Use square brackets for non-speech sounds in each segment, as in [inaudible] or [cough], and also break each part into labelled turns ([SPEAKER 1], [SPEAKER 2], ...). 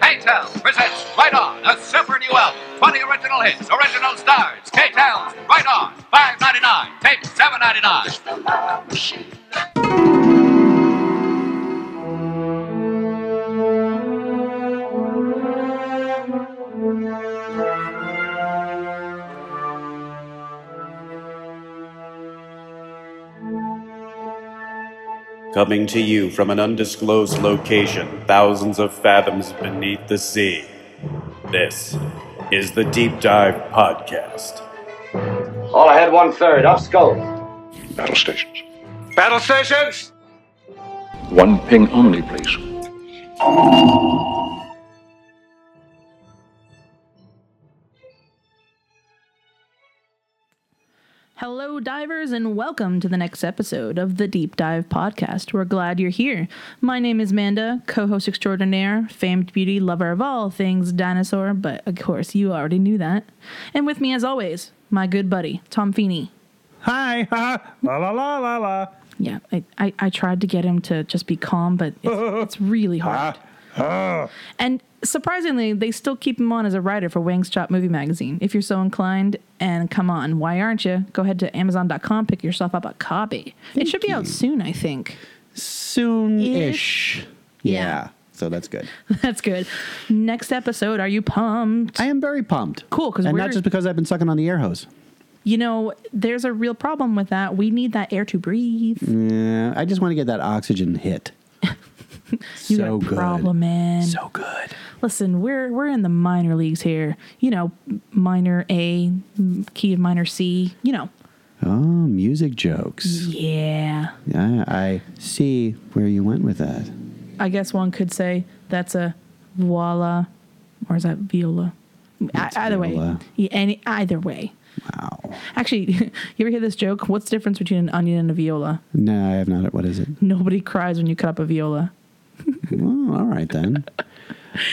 [SPEAKER 1] K-Town presents Right On, a super new album. 20 original hits, original stars. K-Town's Right On, five ninety nine, tape seven ninety nine.
[SPEAKER 2] Coming to you from an undisclosed location, thousands of fathoms beneath the sea. This is the Deep Dive Podcast.
[SPEAKER 3] All ahead one third. Up skull.
[SPEAKER 4] Battle stations.
[SPEAKER 3] Battle stations.
[SPEAKER 4] One ping only, please.
[SPEAKER 5] Hello, divers, and welcome to the next episode of the Deep Dive Podcast. We're glad you're here. My name is Manda, co host extraordinaire, famed beauty lover of all things dinosaur, but of course, you already knew that. And with me, as always, my good buddy, Tom Feeney.
[SPEAKER 6] Hi, [laughs] ha, la la la la la.
[SPEAKER 5] Yeah, I, I, I tried to get him to just be calm, but it's, it's really hard. And surprisingly, they still keep him on as a writer for Wang's Chop Movie Magazine. If you're so inclined, and come on, why aren't you? Go ahead to Amazon.com, pick yourself up a copy. it should be out soon, I think. [laughs]
[SPEAKER 6] Soon-ish.
[SPEAKER 5] Yeah.
[SPEAKER 6] so that's good.
[SPEAKER 5] That's good. Next episode, are you pumped?
[SPEAKER 6] I am very pumped.
[SPEAKER 5] Cool, 'cause
[SPEAKER 6] and
[SPEAKER 5] we're-
[SPEAKER 6] not just because I've been sucking on the air hose.
[SPEAKER 5] you know, there's a real problem with that. We need that air to breathe.
[SPEAKER 6] Yeah, I just want to get that oxygen hit.
[SPEAKER 5] [laughs] you
[SPEAKER 6] so
[SPEAKER 5] got a
[SPEAKER 6] good.
[SPEAKER 5] problem, man.
[SPEAKER 6] So good.
[SPEAKER 5] Listen, we're we're in the minor leagues here. You know, minor A, m- key of minor C. You know,
[SPEAKER 6] Oh, music jokes.
[SPEAKER 5] yeah.
[SPEAKER 6] Yeah, I see where you went with that.
[SPEAKER 5] I guess one could say that's a voila, or is that viola? I,
[SPEAKER 6] That's
[SPEAKER 5] either way,
[SPEAKER 6] viola.
[SPEAKER 5] yeah, any either way.
[SPEAKER 6] Wow.
[SPEAKER 5] Actually, [laughs] you ever hear this joke? What's the difference between an onion and a viola?
[SPEAKER 6] No, I have not. What
[SPEAKER 5] [laughs]
[SPEAKER 6] is it?
[SPEAKER 5] Nobody cries when you cut up a viola.
[SPEAKER 6] Oh, all right then.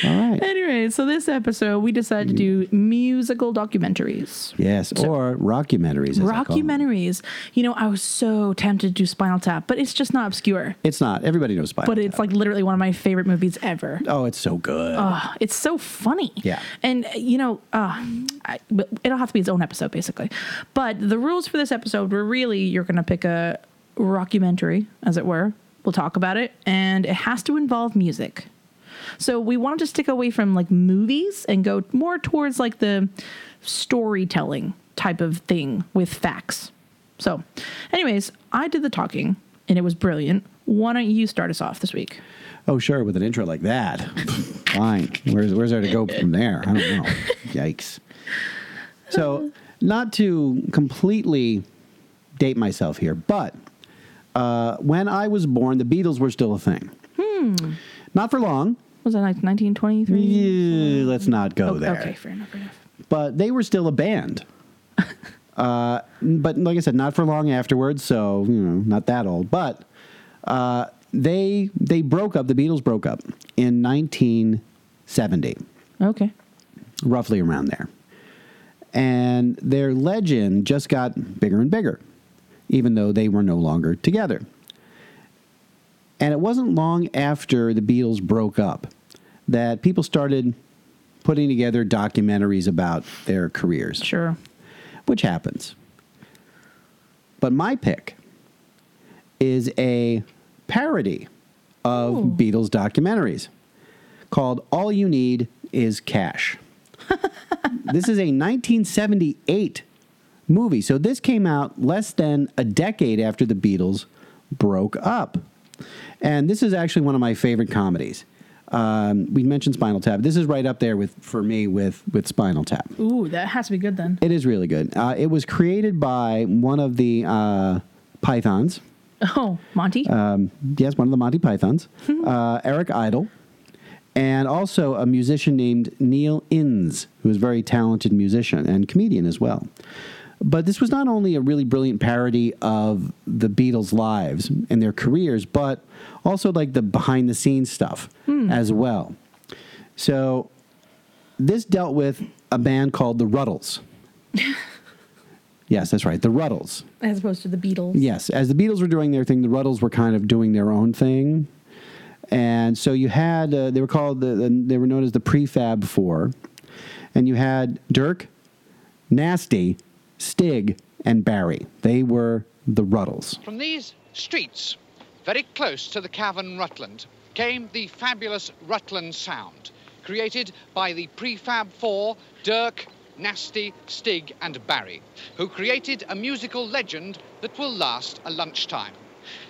[SPEAKER 6] All right.
[SPEAKER 5] Anyway, so this episode we decided to
[SPEAKER 6] Mm.
[SPEAKER 5] do musical documentaries.
[SPEAKER 6] Yes, or rockumentaries. as I call them.
[SPEAKER 5] Rockumentaries. You know, I was so tempted to do Spinal Tap, but it's just not obscure.
[SPEAKER 6] It's not. Everybody knows Spinal
[SPEAKER 5] But it's
[SPEAKER 6] Tap.
[SPEAKER 5] like literally one of my favorite movies ever.
[SPEAKER 6] oh, it's so good.
[SPEAKER 5] Ah, it's so funny.
[SPEAKER 6] Yeah.
[SPEAKER 5] And, uh, you know, uh, I, but it'll have to be its own episode, basically. But the rules for this episode were really you're going to pick a rockumentary, as it were. We'll talk about it. And it has to involve music. So we wanted to stick away from like movies and go more towards like the storytelling type of thing with facts. So, anyways, I did the talking and it was brilliant. Why don't you start us off this week?
[SPEAKER 6] Oh, sure, with an intro like that. Fine. Where's where's there to go from there? I don't know. Yikes. So, not to completely date myself here, but uh, when I was born, the Beatles were still a thing. Hmm. Not for long.
[SPEAKER 5] Was that like 1923?
[SPEAKER 6] Yeah, let's not go
[SPEAKER 5] Oh,
[SPEAKER 6] there.
[SPEAKER 5] Okay, fair enough. Fair enough.
[SPEAKER 6] But they were still a band. uh, but like I said, not for long afterwards, so you know, not that old. But uh, they they broke up. The Beatles broke up in 1970,
[SPEAKER 5] Okay.
[SPEAKER 6] roughly around there, and their legend just got bigger and bigger, even though they were no longer together. And it wasn't long after the Beatles broke up that people started putting together documentaries about their careers
[SPEAKER 5] Sure.
[SPEAKER 6] which happens. But my pick is a parody of
[SPEAKER 5] Ooh.
[SPEAKER 6] Beatles documentaries called All You Need Is Cash. this is a 1978 movie. So this came out less than a decade after the Beatles broke up. And this is actually one of my favorite comedies. Um, we mentioned Spinal Tap. This is right up there with for me with with Spinal Tap.
[SPEAKER 5] Ooh, that has to be good then.
[SPEAKER 6] It is really good. Uh, it was created by one of the uh, Pythons.
[SPEAKER 5] Oh, Monty.
[SPEAKER 6] Um, yes, one of the Monty Pythons, uh, Eric Idle, and also a musician named Neil Innes, who is a very talented musician and comedian as well. But this was not only a really brilliant parody of the Beatles' lives and their careers, but also like the behind the scenes stuff as well. So this dealt with a band called the Ruddles. yes, that's right, the Ruddles.
[SPEAKER 5] As opposed to the Beatles.
[SPEAKER 6] Yes, as the Beatles were doing their thing, the Ruddles were kind of doing their own thing. And so you had uh, they were called the, the, they were known as the Prefab Four, and you had Dirk, Nasty, Stig, and Barry. They were the Ruddles.
[SPEAKER 7] From these streets, very close to the cavern Rutland, came the fabulous Rutland sound, created by the prefab four Dirk, Nasty, Stig, and Barry, who created a musical legend that will last a lunchtime.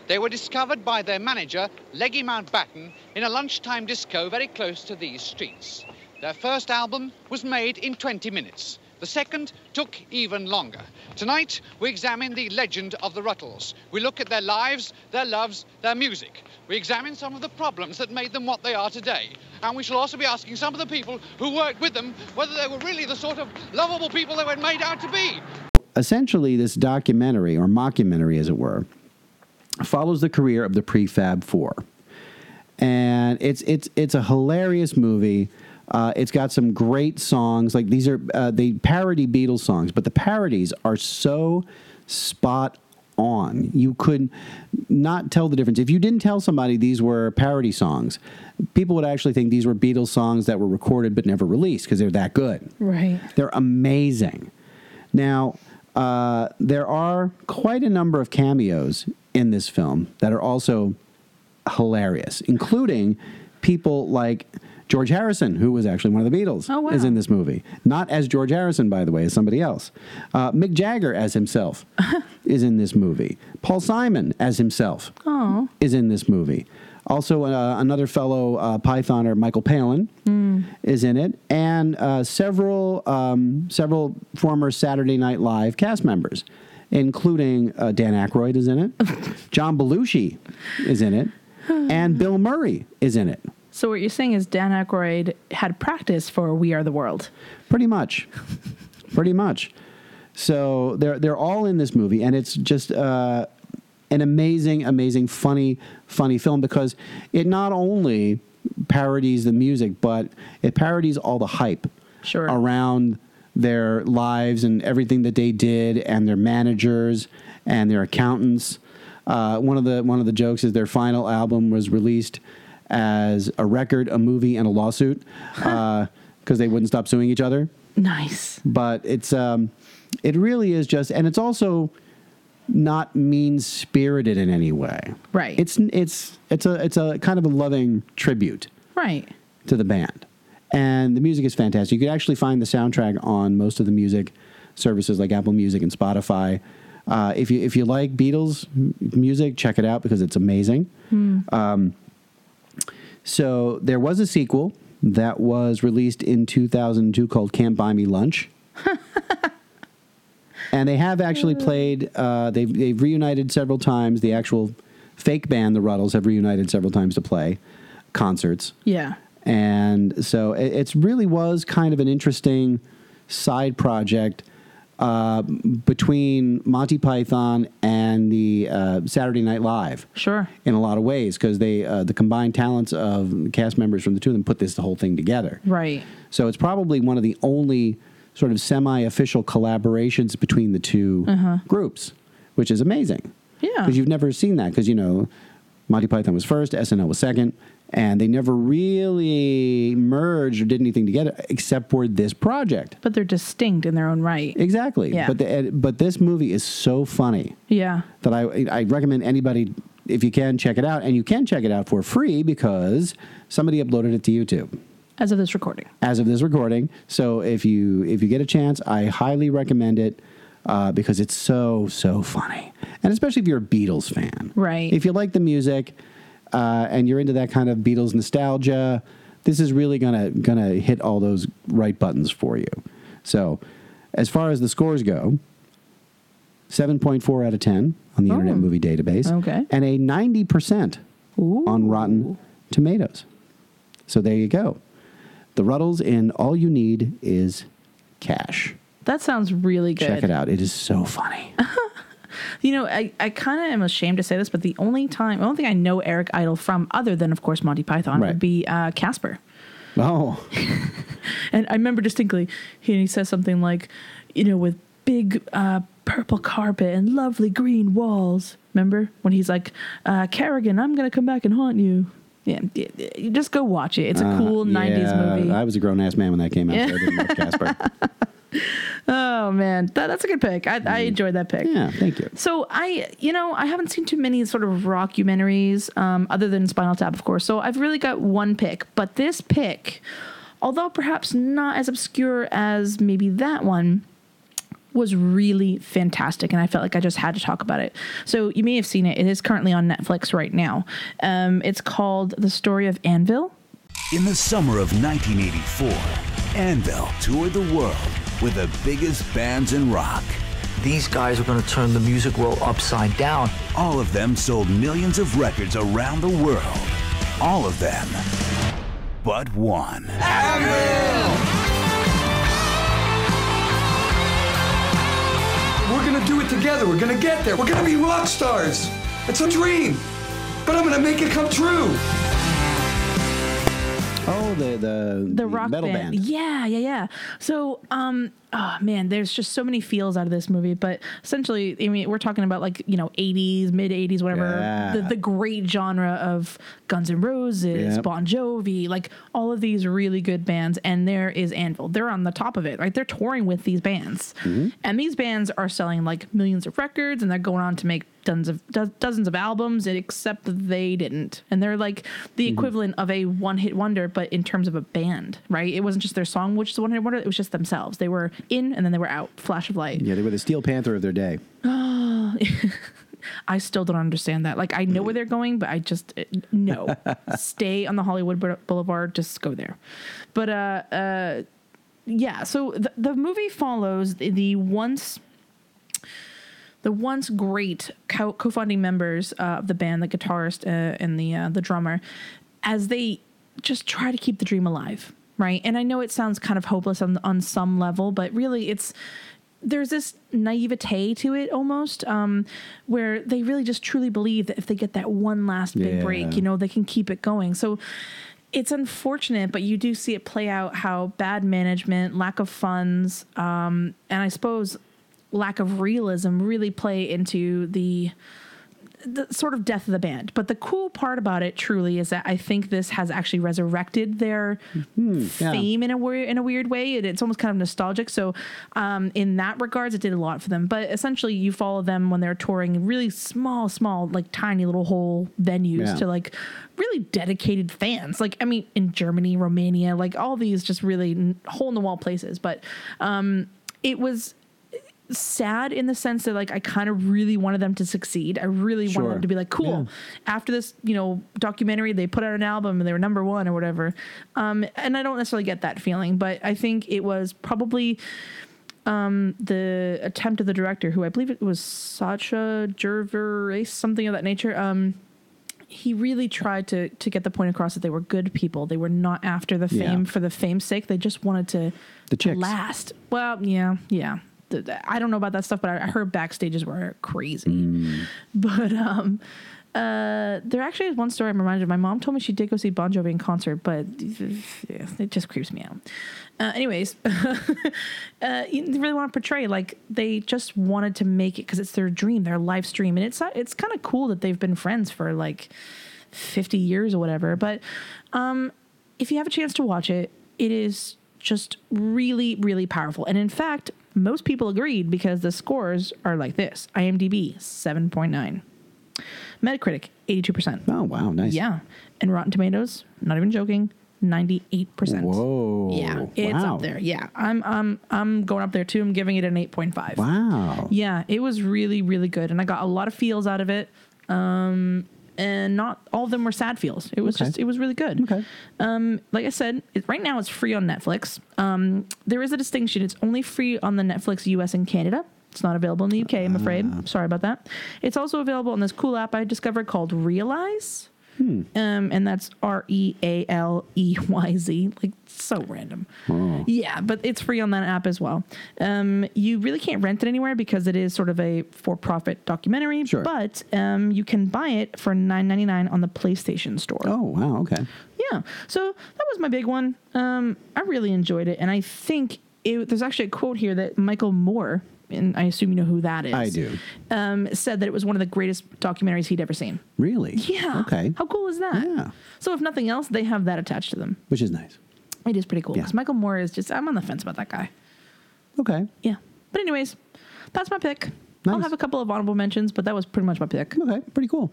[SPEAKER 7] They were discovered by their manager, Leggy Mountbatten, in a lunchtime disco very close to these streets. Their first album was made in 20 minutes. The second took even longer. Tonight, we examine the legend of the Ruttles. We look at their lives, their loves, their music. We examine some of the problems that made them what they are today. And we shall also be asking some of the people who worked with them whether they were really the sort of lovable people they were made out to be.
[SPEAKER 6] Essentially, this documentary or mockumentary, as it were, follows the career of the Prefab Four, and it's it's it's a hilarious movie. Uh, it's got some great songs. Like these are uh, they parody Beatles songs, but the parodies are so spot on. You could not tell the difference. If you didn't tell somebody these were parody songs, people would actually think these were Beatles songs that were recorded but never released because they're that good.
[SPEAKER 5] Right.
[SPEAKER 6] They're amazing. Now, uh, there are quite a number of cameos in this film that are also hilarious, including people like George Harrison, who was actually one of the Beatles,
[SPEAKER 5] Oh, wow.
[SPEAKER 6] is in this movie. Not as George Harrison, by the way, as somebody else. Uh, Mick Jagger
[SPEAKER 5] [laughs]
[SPEAKER 6] as himself is in this movie. Paul Simon as himself
[SPEAKER 5] Oh.
[SPEAKER 6] is in this movie. Also, uh, another fellow uh, Pythoner, Michael Palin, is in it, and uh, several um, several former Saturday Night Live cast members, including uh, Dan Aykroyd is in it, John Belushi is in it, and Bill Murray is in it.
[SPEAKER 5] So what you're saying is Dan Aykroyd had practice for We Are the World.
[SPEAKER 6] Pretty much, pretty much. So they're they're all in this movie, and it's just uh, an amazing, amazing, funny, funny film because it not only parodies the music, but it parodies all the hype
[SPEAKER 5] Sure.
[SPEAKER 6] around their lives and everything that they did, and their managers and their accountants. Uh, one of the one of the jokes is their final album was released as a record, a movie, and a lawsuit because they wouldn't stop suing each other
[SPEAKER 5] Nice.
[SPEAKER 6] but it's um, it really is just, and it's also not mean spirited in any way.
[SPEAKER 5] Right.
[SPEAKER 6] It's it's it's a it's a kind of a loving tribute
[SPEAKER 5] Right.
[SPEAKER 6] to the band, and the music is fantastic. You could actually find the soundtrack on most of the music services like Apple Music and Spotify. Uh, if you if you like Beatles m- music, check it out because it's amazing. Um, So there was a sequel that was released in 2002 called Can't Buy Me Lunch. and they have actually played, uh, they've, they've reunited several times. The actual fake band, the Ruddles, have reunited several times to play concerts.
[SPEAKER 5] Yeah.
[SPEAKER 6] And so it it's really was kind of an interesting side project uh, between Monty Python and the uh, Saturday Night Live
[SPEAKER 5] Sure.
[SPEAKER 6] in a lot of ways because they uh, the combined talents of cast members from the two of them put this whole thing together.
[SPEAKER 5] Right.
[SPEAKER 6] So it's probably one of the only sort of semi-official collaborations between the 2 groups, which is amazing.
[SPEAKER 5] Yeah.
[SPEAKER 6] because you've never seen that because you know Monty Python was first, SNL was second, and they never really merged or did anything together except for this project.
[SPEAKER 5] But they're distinct in their own right.
[SPEAKER 6] Exactly.
[SPEAKER 5] Yeah.
[SPEAKER 6] But the, but this movie is so funny
[SPEAKER 5] yeah.
[SPEAKER 6] that I, I recommend anybody, if you can, check it out. And you can check it out for free because somebody uploaded it to YouTube
[SPEAKER 5] As of this recording.
[SPEAKER 6] as of this recording. So if you if you get a chance, I highly recommend it uh, because it's so so funny, and especially if you're a Beatles fan,
[SPEAKER 5] Right.
[SPEAKER 6] If you like the music uh, and you're into that kind of Beatles nostalgia, this is really gonna gonna hit all those right buttons for you. So as far as the scores go. 7.4 out of 10 on the Internet
[SPEAKER 5] Oh.
[SPEAKER 6] Movie Database.
[SPEAKER 5] Okay.
[SPEAKER 6] And a 90%
[SPEAKER 5] Ooh.
[SPEAKER 6] on Rotten Tomatoes. So there you go. The Ruddles and All You Need Is Cash.
[SPEAKER 5] That sounds really good.
[SPEAKER 6] Check it out. It is so
[SPEAKER 5] [laughs]
[SPEAKER 6] funny.
[SPEAKER 5] You know, I, I kind of am ashamed to say this, but the only time, the only thing I know Eric Idle from, other than, of course, Monty Python,
[SPEAKER 6] Right.
[SPEAKER 5] would be uh, Casper.
[SPEAKER 6] oh,
[SPEAKER 5] And I remember distinctly, he, he says something like, you know, with big uh, purple carpet and lovely green walls. Remember when he's like, uh, Kerrigan, I'm going to come back and haunt you. Yeah, y- y- you just go watch it. It's a [laughs] cool
[SPEAKER 6] Uh, Yeah,
[SPEAKER 5] '90s movie.
[SPEAKER 6] I was a grown ass man when that came out.
[SPEAKER 5] Yeah.
[SPEAKER 6] So
[SPEAKER 5] [laughs]
[SPEAKER 6] I didn't watch Casper.
[SPEAKER 5] oh man, that, that's a good pick. I, I enjoyed that pick.
[SPEAKER 6] Yeah, thank you.
[SPEAKER 5] So I, you know, I haven't seen too many sort of rockumentaries, um, other than Spinal Tap, of course. So I've really got one pick, but this pick, although perhaps not as obscure as maybe that one, was really fantastic, and I felt like I just had to talk about it. So you may have seen it. It is currently on Netflix right now. Um, it's called The Story of Anvil.
[SPEAKER 8] In the summer of 1984, Anvil toured the world with the biggest bands in rock.
[SPEAKER 9] These guys are going to turn the music world upside down.
[SPEAKER 8] All of them sold millions of records around the world. All of them but one.
[SPEAKER 10] We're gonna do it together. We're gonna get there. We're gonna be rock stars. It's a dream, but I'm gonna make it come true.
[SPEAKER 6] Oh, the the,
[SPEAKER 5] the rock
[SPEAKER 6] metal band.
[SPEAKER 5] Yeah, yeah, yeah. So, um, oh man, there's just so many feels out of this movie. But essentially, I mean, we're talking about like you know, 80s, mid 80s, whatever.
[SPEAKER 6] Yeah.
[SPEAKER 5] The, the great genre of Guns N' Roses,
[SPEAKER 6] Yep.
[SPEAKER 5] Bon Jovi, like all of these really good bands. And there is Anvil. They're on the top of it, right? They're touring with these bands, and these bands are selling like millions of records, and they're going on to make. Tons of do- dozens of albums, except that they didn't, and they're like the equivalent of a one-hit wonder, but in terms of a band, right? It wasn't just their song, which is a one-hit wonder. It was just themselves. They were in, and then they were out. Flash of light.
[SPEAKER 6] Yeah, they were the Steel Panther of their day.
[SPEAKER 5] [laughs] I still don't understand that. Like, I know where they're going, but I just uh, no. Stay on the Hollywood Boul- Boulevard. Just go there. But uh, uh, yeah. So the, the movie follows the, the once. The once great co- co-founding members uh, of the band, the guitarist uh, and the uh, the drummer, as they just try to keep the dream alive, right? And I know it sounds kind of hopeless on on some level, but really, it's there's this naivete to it almost um, where they really just truly believe that if they get that one last big
[SPEAKER 6] Yeah.
[SPEAKER 5] break you know they can keep it going so it's unfortunate but you do see it play out how bad management lack of funds um, and i suppose lack of realism really play into the the sort of death of the band. But the cool part about it truly is that I think this has actually resurrected their
[SPEAKER 6] Hmm, yeah.
[SPEAKER 5] fame in a weird in a weird way. It, it's almost kind of nostalgic. So um, in that regards, it did a lot for them. But essentially, you follow them when they're touring really small, small, like tiny little whole venues
[SPEAKER 6] Yeah.
[SPEAKER 5] to like really dedicated fans. Like I mean, in Germany, Romania, like all these just really hole in the wall places. But um, it was sad in the sense that like I kind of really wanted them to succeed. I really
[SPEAKER 6] Sure.
[SPEAKER 5] wanted them to be like, cool. After this, you know, documentary, they put out an album and they were number one or whatever. Um, and I don't necessarily get that feeling, but I think it was probably um, the attempt of the director, who I believe it was Sacha Gervais, something of that nature. Um, he really tried to to get the point across that they were good people. They were not after the
[SPEAKER 6] Yeah.
[SPEAKER 5] fame for the fame's sake. They just wanted to
[SPEAKER 6] The
[SPEAKER 5] to
[SPEAKER 6] chicks.
[SPEAKER 5] last. Well, yeah, yeah. Th- th- I don't know about that stuff, but I I heard backstages were crazy.
[SPEAKER 6] Mm.
[SPEAKER 5] But um, uh, there actually is one story I'm reminded of. My mom told me she did go see Bon Jovi in concert, but yeah, it just creeps me out. Uh, anyways, [laughs] uh, you really want to portray like they just wanted to make it because it's their dream, their life dream, and it's not, it's kind of cool that they've been friends for like 50 years or whatever. But um, if you have a chance to watch it, it is just really, really powerful. And in fact, most people agreed because the scores are like this IMDb 7.9, Metacritic 82%.
[SPEAKER 6] Oh wow, nice.
[SPEAKER 5] Yeah. And Rotten Tomatoes, not even joking, 98%.
[SPEAKER 6] Whoa.
[SPEAKER 5] Yeah, it's
[SPEAKER 6] wow.
[SPEAKER 5] up there. Yeah, I'm I'm I'm going up there too. I'm giving it an eight point five.
[SPEAKER 6] Wow.
[SPEAKER 5] Yeah, it was really, really good. And I got a lot of feels out of it. Um, and not all of them were sad feels. It was
[SPEAKER 6] Okay.
[SPEAKER 5] just, it was really good.
[SPEAKER 6] Okay.
[SPEAKER 5] Um, like I said, it, right now it's free on Netflix. Um, there is a distinction. It's only free on the Netflix US and Canada. It's not available in the UK, I'm
[SPEAKER 6] Ah.
[SPEAKER 5] afraid. Sorry about that. It's also available on this cool app I discovered called Realize.
[SPEAKER 6] Hmm.
[SPEAKER 5] Um, and that's R E A L E Y Z. Like so random.
[SPEAKER 6] Oh.
[SPEAKER 5] Yeah, but it's free on that app as well. Um, you really can't rent it anywhere because it is sort of a for-profit documentary.
[SPEAKER 6] Sure.
[SPEAKER 5] But um, you can buy it for nine ninety nine on the PlayStation Store.
[SPEAKER 6] Oh wow. Okay.
[SPEAKER 5] Yeah. So that was my big one. Um, I really enjoyed it, and I think it, there's actually a quote here that Michael Moore and I assume you know who that is.
[SPEAKER 6] I do.
[SPEAKER 5] Um, said that it was one of the greatest documentaries he'd ever seen.
[SPEAKER 6] Really?
[SPEAKER 5] Yeah.
[SPEAKER 6] Okay.
[SPEAKER 5] How cool is that?
[SPEAKER 6] Yeah.
[SPEAKER 5] So if nothing else, they have that attached to them.
[SPEAKER 6] Which is nice.
[SPEAKER 5] It is pretty cool
[SPEAKER 6] Yeah.
[SPEAKER 5] because Michael Moore is just. I'm on the fence about that guy.
[SPEAKER 6] Okay.
[SPEAKER 5] Yeah. But anyways, that's my pick. I'll
[SPEAKER 6] Nice.
[SPEAKER 5] have a couple of honorable mentions, but that was pretty much my pick.
[SPEAKER 6] Okay. Pretty cool.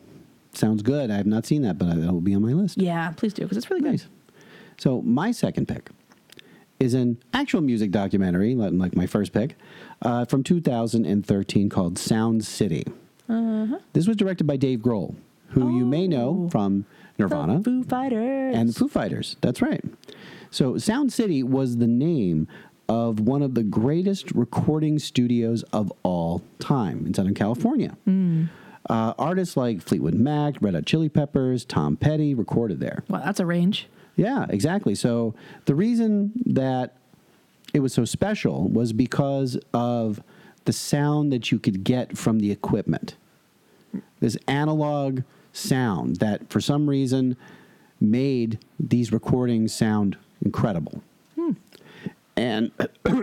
[SPEAKER 6] Sounds good. I have not seen that, but I- that will be on my list.
[SPEAKER 5] Yeah, please do because it's really
[SPEAKER 6] Nice.
[SPEAKER 5] good.
[SPEAKER 6] So my second pick is an actual music documentary, like like my first pick, uh, from 2013 called Sound City. This was directed by Dave Grohl, who you may know from Nirvana
[SPEAKER 5] The Foo Fighters.
[SPEAKER 6] and the Foo Fighters. That's right. So Sound City was the name of one of the greatest recording studios of all time in Southern California. Uh, artists like Fleetwood Mac, Red Hot Chili Peppers, Tom Petty recorded there.
[SPEAKER 5] Wow, that's a range.
[SPEAKER 6] Yeah, exactly. So the reason that it was so special was because of the sound that you could get from the equipment. This analog sound that for some reason made these recordings sound incredible. And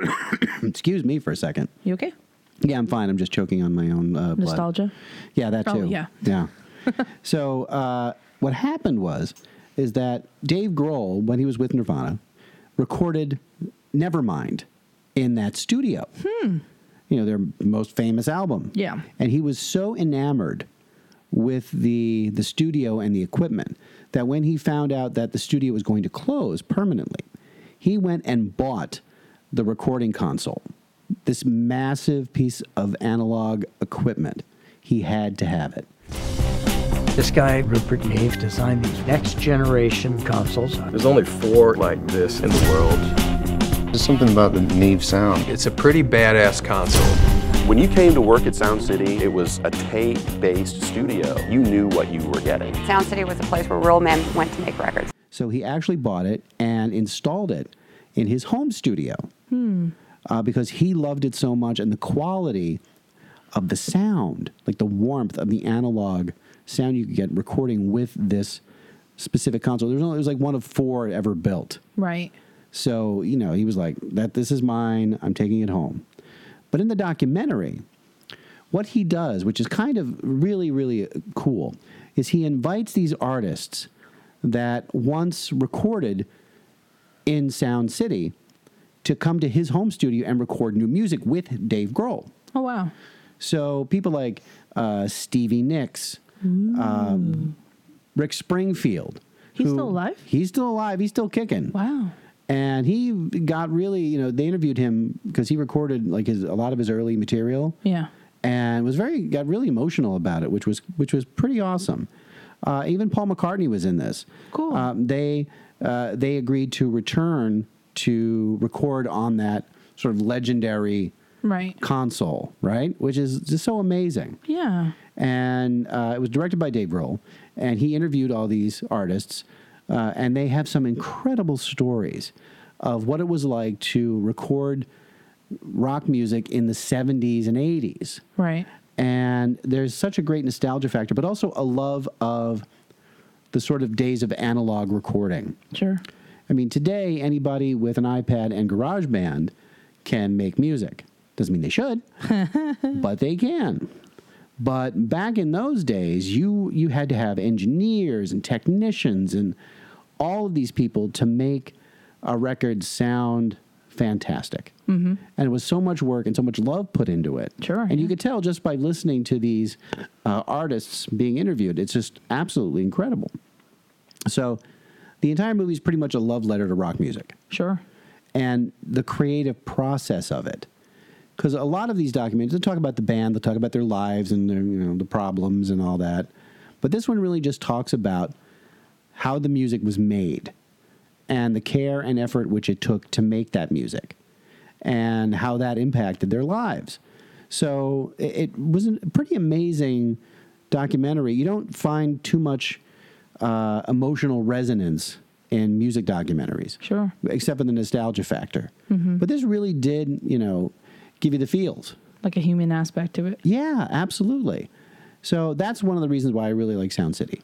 [SPEAKER 6] [coughs] excuse me for a second.
[SPEAKER 5] You okay?
[SPEAKER 6] Yeah, I'm fine. I'm just choking on my own uh, blood.
[SPEAKER 5] Nostalgia?
[SPEAKER 6] Yeah, that
[SPEAKER 5] Oh,
[SPEAKER 6] too.
[SPEAKER 5] yeah.
[SPEAKER 6] Yeah. [laughs] so uh, what happened was is that Dave Grohl, when he was with Nirvana, recorded Nevermind in that studio. Hmm. You know, their most famous album.
[SPEAKER 5] Yeah.
[SPEAKER 6] And he was so enamored with the the studio and the equipment that when he found out that the studio was going to close permanently, he went and bought the recording console. This massive piece of analog equipment. He had to have it.
[SPEAKER 9] This guy, Rupert Neve, designed these next generation consoles.
[SPEAKER 11] There's only four like this in the world. There's something about the Neve sound. It's a pretty badass console. When you came to work at Sound City, it was a tape-based studio. You knew what you were getting.
[SPEAKER 12] Sound City was a place where real men went to make records.
[SPEAKER 6] So he actually bought it and installed it in his home studio uh, because he loved it so much and the quality of the sound, like the warmth of the analog sound you could get recording with this specific console. There was only, it was like one of four ever built.
[SPEAKER 5] Right.
[SPEAKER 6] So, you know, he was like, that this is mine, I'm taking it home. But in the documentary, what he does, which is kind of really, really cool, is he invites these artists that once recorded in Sound City to come to his home studio and record new music with Dave Grohl.
[SPEAKER 5] Oh, wow.
[SPEAKER 6] So people like uh, Stevie Nicks, um, Rick Springfield.
[SPEAKER 5] He's still alive?
[SPEAKER 6] He's still alive. He's still kicking
[SPEAKER 5] Wow.
[SPEAKER 6] and he got really you know they interviewed him because he recorded like his a lot of his early material
[SPEAKER 5] Yeah.
[SPEAKER 6] and was very got really emotional about it which was which was pretty awesome uh, even paul mccartney was in this
[SPEAKER 5] Cool.
[SPEAKER 6] um, they uh, they agreed to return to record on that sort of legendary
[SPEAKER 5] Right.
[SPEAKER 6] console right which is just so amazing
[SPEAKER 5] Yeah.
[SPEAKER 6] and uh, it was directed by Dave Grohl, and he interviewed all these artists, uh, and they have some incredible stories of what it was like to record rock music in the 70s and 80s.
[SPEAKER 5] Right.
[SPEAKER 6] And there's such a great nostalgia factor, but also a love of the sort of days of analog recording.
[SPEAKER 5] Sure.
[SPEAKER 6] I mean, today anybody with an iPad and GarageBand can make music. Doesn't mean they should, but they can. But back in those days, you you had to have engineers and technicians and all of these people to make a record sound fantastic. Mm-hmm. And it was so much work and so much love put into it.
[SPEAKER 5] Sure,
[SPEAKER 6] And
[SPEAKER 5] yeah.
[SPEAKER 6] you could tell just by listening to these uh, artists being interviewed. It's just absolutely incredible. So the entire movie is pretty much a love letter to rock music
[SPEAKER 5] Sure.
[SPEAKER 6] and the creative process of it. Because a lot of these documentaries, they talk about the band, they talk about their lives and their, you know, the problems and all that. But this one really just talks about how the music was made and the care and effort which it took to make that music and how that impacted their lives. So it, it was a pretty amazing documentary. You don't find too much uh, emotional resonance in music documentaries.
[SPEAKER 5] Sure.
[SPEAKER 6] Except for the nostalgia factor.
[SPEAKER 5] Mm-hmm.
[SPEAKER 6] But this really did, you know, give you the feels.
[SPEAKER 5] Like a human aspect to it.
[SPEAKER 6] Yeah, absolutely. So that's one of the reasons why I really like Sound City.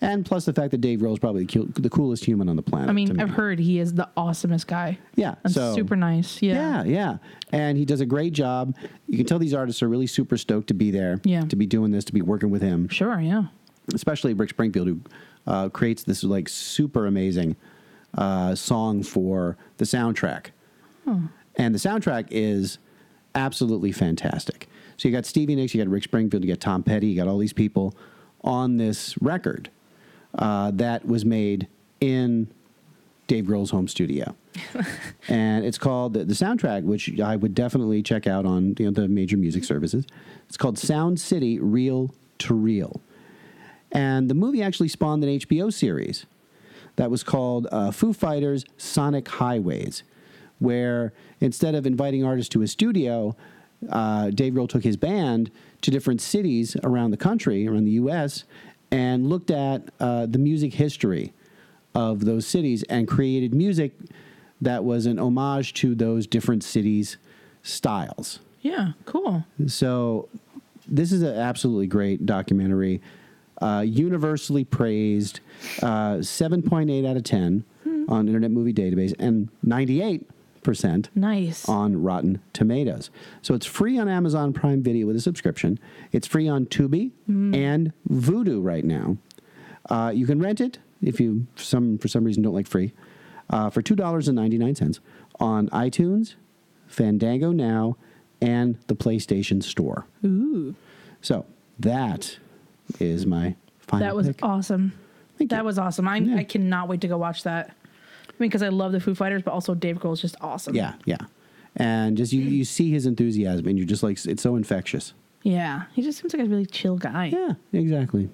[SPEAKER 6] and plus the fact that Dave Grohl is probably the, coo- the coolest human on the planet.
[SPEAKER 5] I
[SPEAKER 6] to
[SPEAKER 5] mean,
[SPEAKER 6] me.
[SPEAKER 5] I've heard he is the awesomest guy.
[SPEAKER 6] Yeah,
[SPEAKER 5] And
[SPEAKER 6] so-
[SPEAKER 5] super nice. Yeah.
[SPEAKER 6] Yeah, yeah. And he does a great job. You can tell these artists are really super stoked to be there,
[SPEAKER 5] Yeah.
[SPEAKER 6] to be doing this, to be working with him.
[SPEAKER 5] Sure, yeah.
[SPEAKER 6] Especially Rick Springfield, who uh, creates this like super amazing uh, song for the soundtrack.
[SPEAKER 5] Hmm.
[SPEAKER 6] And the soundtrack is absolutely fantastic. So you got Stevie Nicks, you got Rick Springfield, you got Tom Petty, you got all these people on this record uh, that was made in Dave Grohl's home studio. and it's called the, the soundtrack, which I would definitely check out on you know, the major music services. It's called Sound City Reel to Reel. And the movie actually spawned an HBO series that was called uh, Foo Fighters Sonic Highways, where instead of inviting artists to his studio, uh, Dave Grohl took his band to different cities around the country, around the U.S., and looked at uh, the music history of those cities and created music that was an homage to those different cities' styles.
[SPEAKER 5] Yeah, cool.
[SPEAKER 6] So this is an absolutely great documentary, uh, universally praised, uh, 7.8 out of 10 on Internet Movie Database and 98%
[SPEAKER 5] nice.
[SPEAKER 6] on Rotten Tomatoes. So it's free on Amazon Prime Video with a subscription. It's free on Tubi and Vudu right now. Uh, you can rent it if you some for some reason don't like free uh, for two dollars and ninety nine cents on iTunes, Fandango Now, and the PlayStation Store.
[SPEAKER 5] Ooh.
[SPEAKER 6] So that is my final.
[SPEAKER 5] that was
[SPEAKER 6] pick.
[SPEAKER 5] awesome. that was awesome. I I cannot wait to go watch that. I mean, because I love the Foo Fighters, but also Dave Grohl's just awesome.
[SPEAKER 6] yeah, yeah, and just you you see his enthusiasm and you're just like it's so infectious.
[SPEAKER 5] Yeah. He just seems like a really chill guy.
[SPEAKER 6] Yeah. Exactly.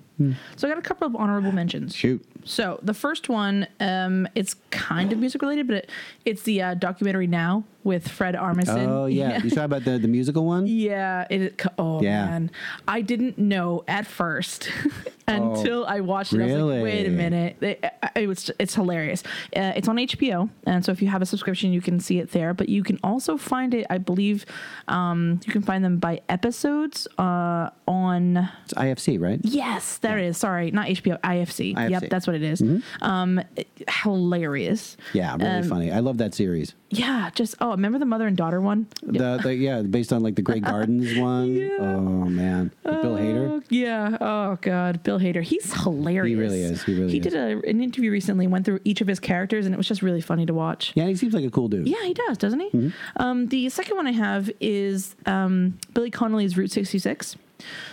[SPEAKER 5] So I got a couple of honorable mentions.
[SPEAKER 6] Shoot.
[SPEAKER 5] So the first one, um, it's kind of music related, but it, it's the uh, documentary now with Fred Armisen.
[SPEAKER 6] Oh yeah,
[SPEAKER 5] [laughs]
[SPEAKER 6] you talking about the the musical one?
[SPEAKER 5] Yeah, it. Oh
[SPEAKER 6] Yeah.
[SPEAKER 5] man, I didn't know at first [laughs] until I watched it. I was
[SPEAKER 6] Oh, really?
[SPEAKER 5] like, wait a minute, it, it was it's hilarious. Uh, it's on HBO, and so if you have a subscription, you can see it there. But you can also find it, I believe, um, you can find them by episodes uh, on.
[SPEAKER 6] It's IFC, right?
[SPEAKER 5] Yes, there is. Sorry, not HBO, IFC.
[SPEAKER 6] IFC.
[SPEAKER 5] Yep, that's what it is. Um, it- hilarious.
[SPEAKER 6] Mm-hmm. Yeah, really
[SPEAKER 5] Um,
[SPEAKER 6] funny. I love that series.
[SPEAKER 5] Yeah, just oh, remember the mother and daughter one?
[SPEAKER 6] The, the yeah, based on like the
[SPEAKER 5] [laughs]
[SPEAKER 6] Grey Gardens one. Oh man, With Bill Hader.
[SPEAKER 5] Oh, Yeah. Oh God, Bill Hader. He's hilarious.
[SPEAKER 6] He really is. He really
[SPEAKER 5] He
[SPEAKER 6] is.
[SPEAKER 5] did a, an interview recently, went through each of his characters, and it was just really funny to watch.
[SPEAKER 6] Yeah, he seems like a cool dude.
[SPEAKER 5] Yeah, he does, doesn't he? Um, the second one I have is um, Billy Connolly's Route 66.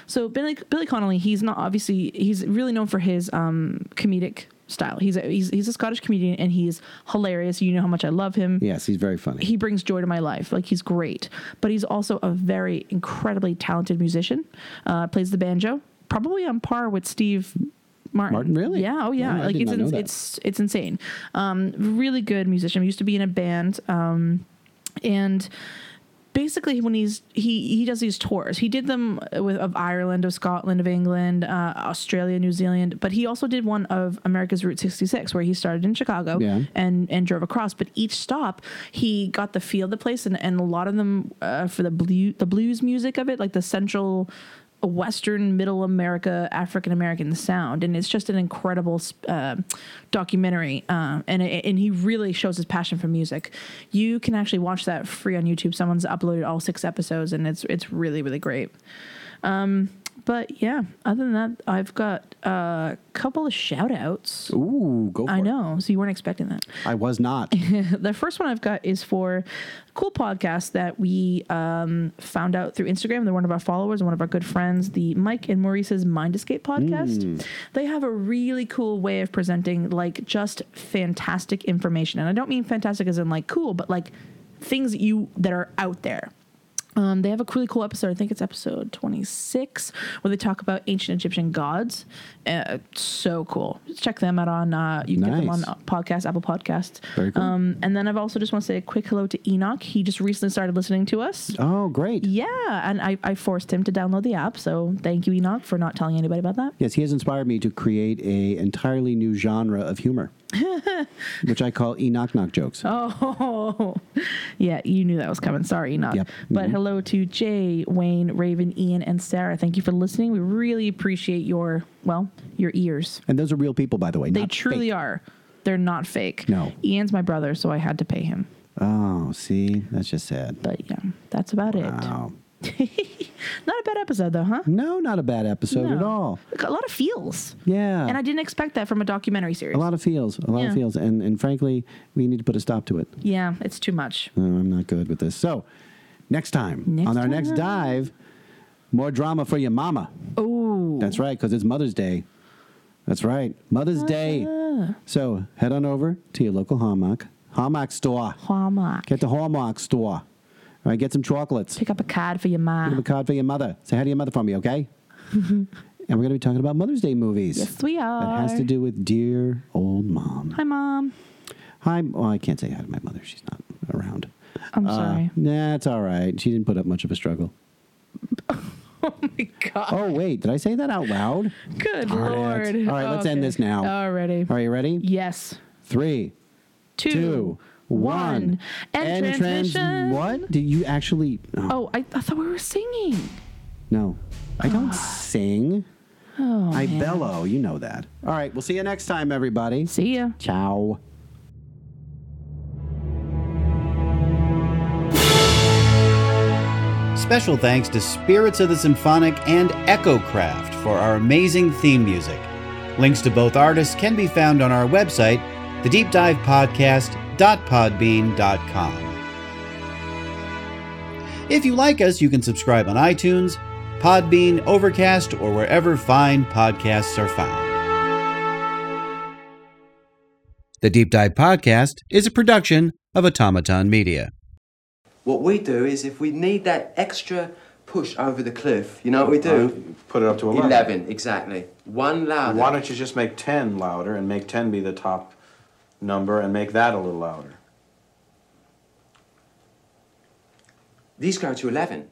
[SPEAKER 5] So Billy Billy Connolly, he's not obviously he's really known for his um, comedic style. He's a, he's he's a Scottish comedian and he's hilarious. You know how much I love him.
[SPEAKER 6] Yes, he's very funny.
[SPEAKER 5] He brings joy to my life. Like he's great, but he's also a very incredibly talented musician. Uh, plays the banjo, probably on par with Steve Martin.
[SPEAKER 6] Martin, really?
[SPEAKER 5] Yeah. Oh, yeah.
[SPEAKER 6] Wow, I
[SPEAKER 5] like
[SPEAKER 6] did
[SPEAKER 5] it's
[SPEAKER 6] not know
[SPEAKER 5] in,
[SPEAKER 6] that.
[SPEAKER 5] it's it's insane. Um, really good musician. Used to be in a band. Um, and basically when he's he he does these tours he did them with of ireland of scotland of england uh, australia new zealand but he also did one of america's route 66 where he started in chicago
[SPEAKER 13] Yeah.
[SPEAKER 5] and and drove across but each stop he got the feel of the place and, and a lot of them uh, for the blue the blues music of it like the central uh, Western, Middle America, African American sound, and it's just an incredible uh, documentary. Um, and it, and he really shows his passion for music. You can actually watch that free on YouTube. Someone's uploaded all six episodes, and it's it's really really great. Um, but yeah, other than that, I've got a couple of shout outs.
[SPEAKER 6] Ooh, go
[SPEAKER 5] I know. So you weren't expecting that.
[SPEAKER 6] I
[SPEAKER 5] [laughs]
[SPEAKER 6] was not.
[SPEAKER 5] the first one I've got is for a cool podcast that we um, found out through Instagram. They're one of our followers and one of our good friends, the Mike and Maurice's Mind Escape podcast.
[SPEAKER 13] Mm.
[SPEAKER 5] They have a really cool way of presenting like just fantastic information. And I don't mean fantastic as in like cool, but like things that you that are out there. Um, they have a really cool episode. I think it's episode 26, where they talk about ancient Egyptian gods. Uh, so cool. Check them out on, uh, you can get them on
[SPEAKER 13] Nice.
[SPEAKER 5] podcast, Apple Podcasts.
[SPEAKER 13] Very cool.
[SPEAKER 5] Um, and then I've also just want to say a quick hello to Enoch. He just recently started listening to us.
[SPEAKER 6] Oh, great.
[SPEAKER 5] Yeah. And I, I forced him to download the app. So thank you, Enoch, for not telling anybody about that. [laughs]
[SPEAKER 6] Yes, he has inspired me to create a entirely new genre of humor. which I call E knock knock jokes.
[SPEAKER 5] Oh, yeah, you knew that was coming. Sorry, Enoch.
[SPEAKER 6] Yep.
[SPEAKER 5] But
[SPEAKER 6] Mhm.
[SPEAKER 5] hello to Jay, Wayne, Raven, Ian, and Sarah. Thank you for listening. We really appreciate your, well, your ears.
[SPEAKER 6] And those are real people, by the way.
[SPEAKER 5] They
[SPEAKER 6] not
[SPEAKER 5] truly are. They're not fake.
[SPEAKER 6] No.
[SPEAKER 5] Ian's my brother, so I had to pay him.
[SPEAKER 6] Oh, see, that's just sad.
[SPEAKER 5] But yeah, that's about
[SPEAKER 6] it.
[SPEAKER 5] [laughs] Not a bad episode, though, huh?
[SPEAKER 6] No, not a bad episode at
[SPEAKER 5] No.
[SPEAKER 6] all.
[SPEAKER 5] A lot of feels.
[SPEAKER 6] Yeah.
[SPEAKER 5] And I didn't expect that from a documentary series.
[SPEAKER 6] a lot of feels, a lot
[SPEAKER 5] Yeah.
[SPEAKER 6] of feels, and and frankly, we need to put a stop to it.
[SPEAKER 5] Yeah, it's too much.
[SPEAKER 6] No, I'm not good with this. So, next time on our next
[SPEAKER 5] time.
[SPEAKER 6] dive, more drama for your mama.
[SPEAKER 5] Oh,
[SPEAKER 6] Mm. that's right, because it's Mother's Day. That's right, Mother's Day. So head on over to your local Hallmark Hallmark store.
[SPEAKER 5] Hallmark.
[SPEAKER 6] Get the Hallmark store. All right, get some chocolates.
[SPEAKER 5] Pick up a card for your mom.
[SPEAKER 6] Pick up a card for your mother. Say hi to your mother for me,
[SPEAKER 5] [laughs]
[SPEAKER 6] okay? and we're going to be talking about Mother's Day movies.
[SPEAKER 5] Yes, we
[SPEAKER 6] That has
[SPEAKER 5] are.
[SPEAKER 6] to do with dear old mom.
[SPEAKER 5] Hi, mom.
[SPEAKER 6] Hi. Well, I can't say hi to my mother. She's not around.
[SPEAKER 5] I'm
[SPEAKER 6] Uh, [laughs]
[SPEAKER 5] sorry.
[SPEAKER 6] Nah, it's all right. She didn't put up much of a struggle. oh my god. Oh wait, did I say that out loud?
[SPEAKER 5] Good
[SPEAKER 6] Darn it.
[SPEAKER 5] [laughs] lord.
[SPEAKER 6] All right, let's end this now.
[SPEAKER 5] Already.
[SPEAKER 6] Are you ready?
[SPEAKER 5] Yes.
[SPEAKER 6] Three,
[SPEAKER 5] Two,
[SPEAKER 6] two, one.
[SPEAKER 5] one. End
[SPEAKER 6] End
[SPEAKER 5] transmission.
[SPEAKER 6] what? Did you actually? Oh,
[SPEAKER 5] Oh, I, I thought we were singing.
[SPEAKER 6] No, I don't sing.
[SPEAKER 5] Ah. Oh,
[SPEAKER 6] I
[SPEAKER 5] man.
[SPEAKER 6] bellow. You know that. All right. We'll see you next time, everybody.
[SPEAKER 5] See ya.
[SPEAKER 6] Ciao.
[SPEAKER 13] Special thanks to Spirits of the Symphonic and Echo Craft for our amazing theme music. Links to both artists can be found on our website, thedeepdivepodcast.podbean.com. If you like us, you can subscribe on iTunes, Podbean, Overcast, or wherever fine podcasts are found. The Deep Dive Podcast is a production of Automaton Media.
[SPEAKER 14] What we do is if we need that extra push over the cliff, you know what we do?
[SPEAKER 15] Put it up to 11.
[SPEAKER 14] 11, exactly. One louder.
[SPEAKER 15] Why don't you just make 10 louder and make 10 be the top number and make that a little louder?
[SPEAKER 14] These go to 11.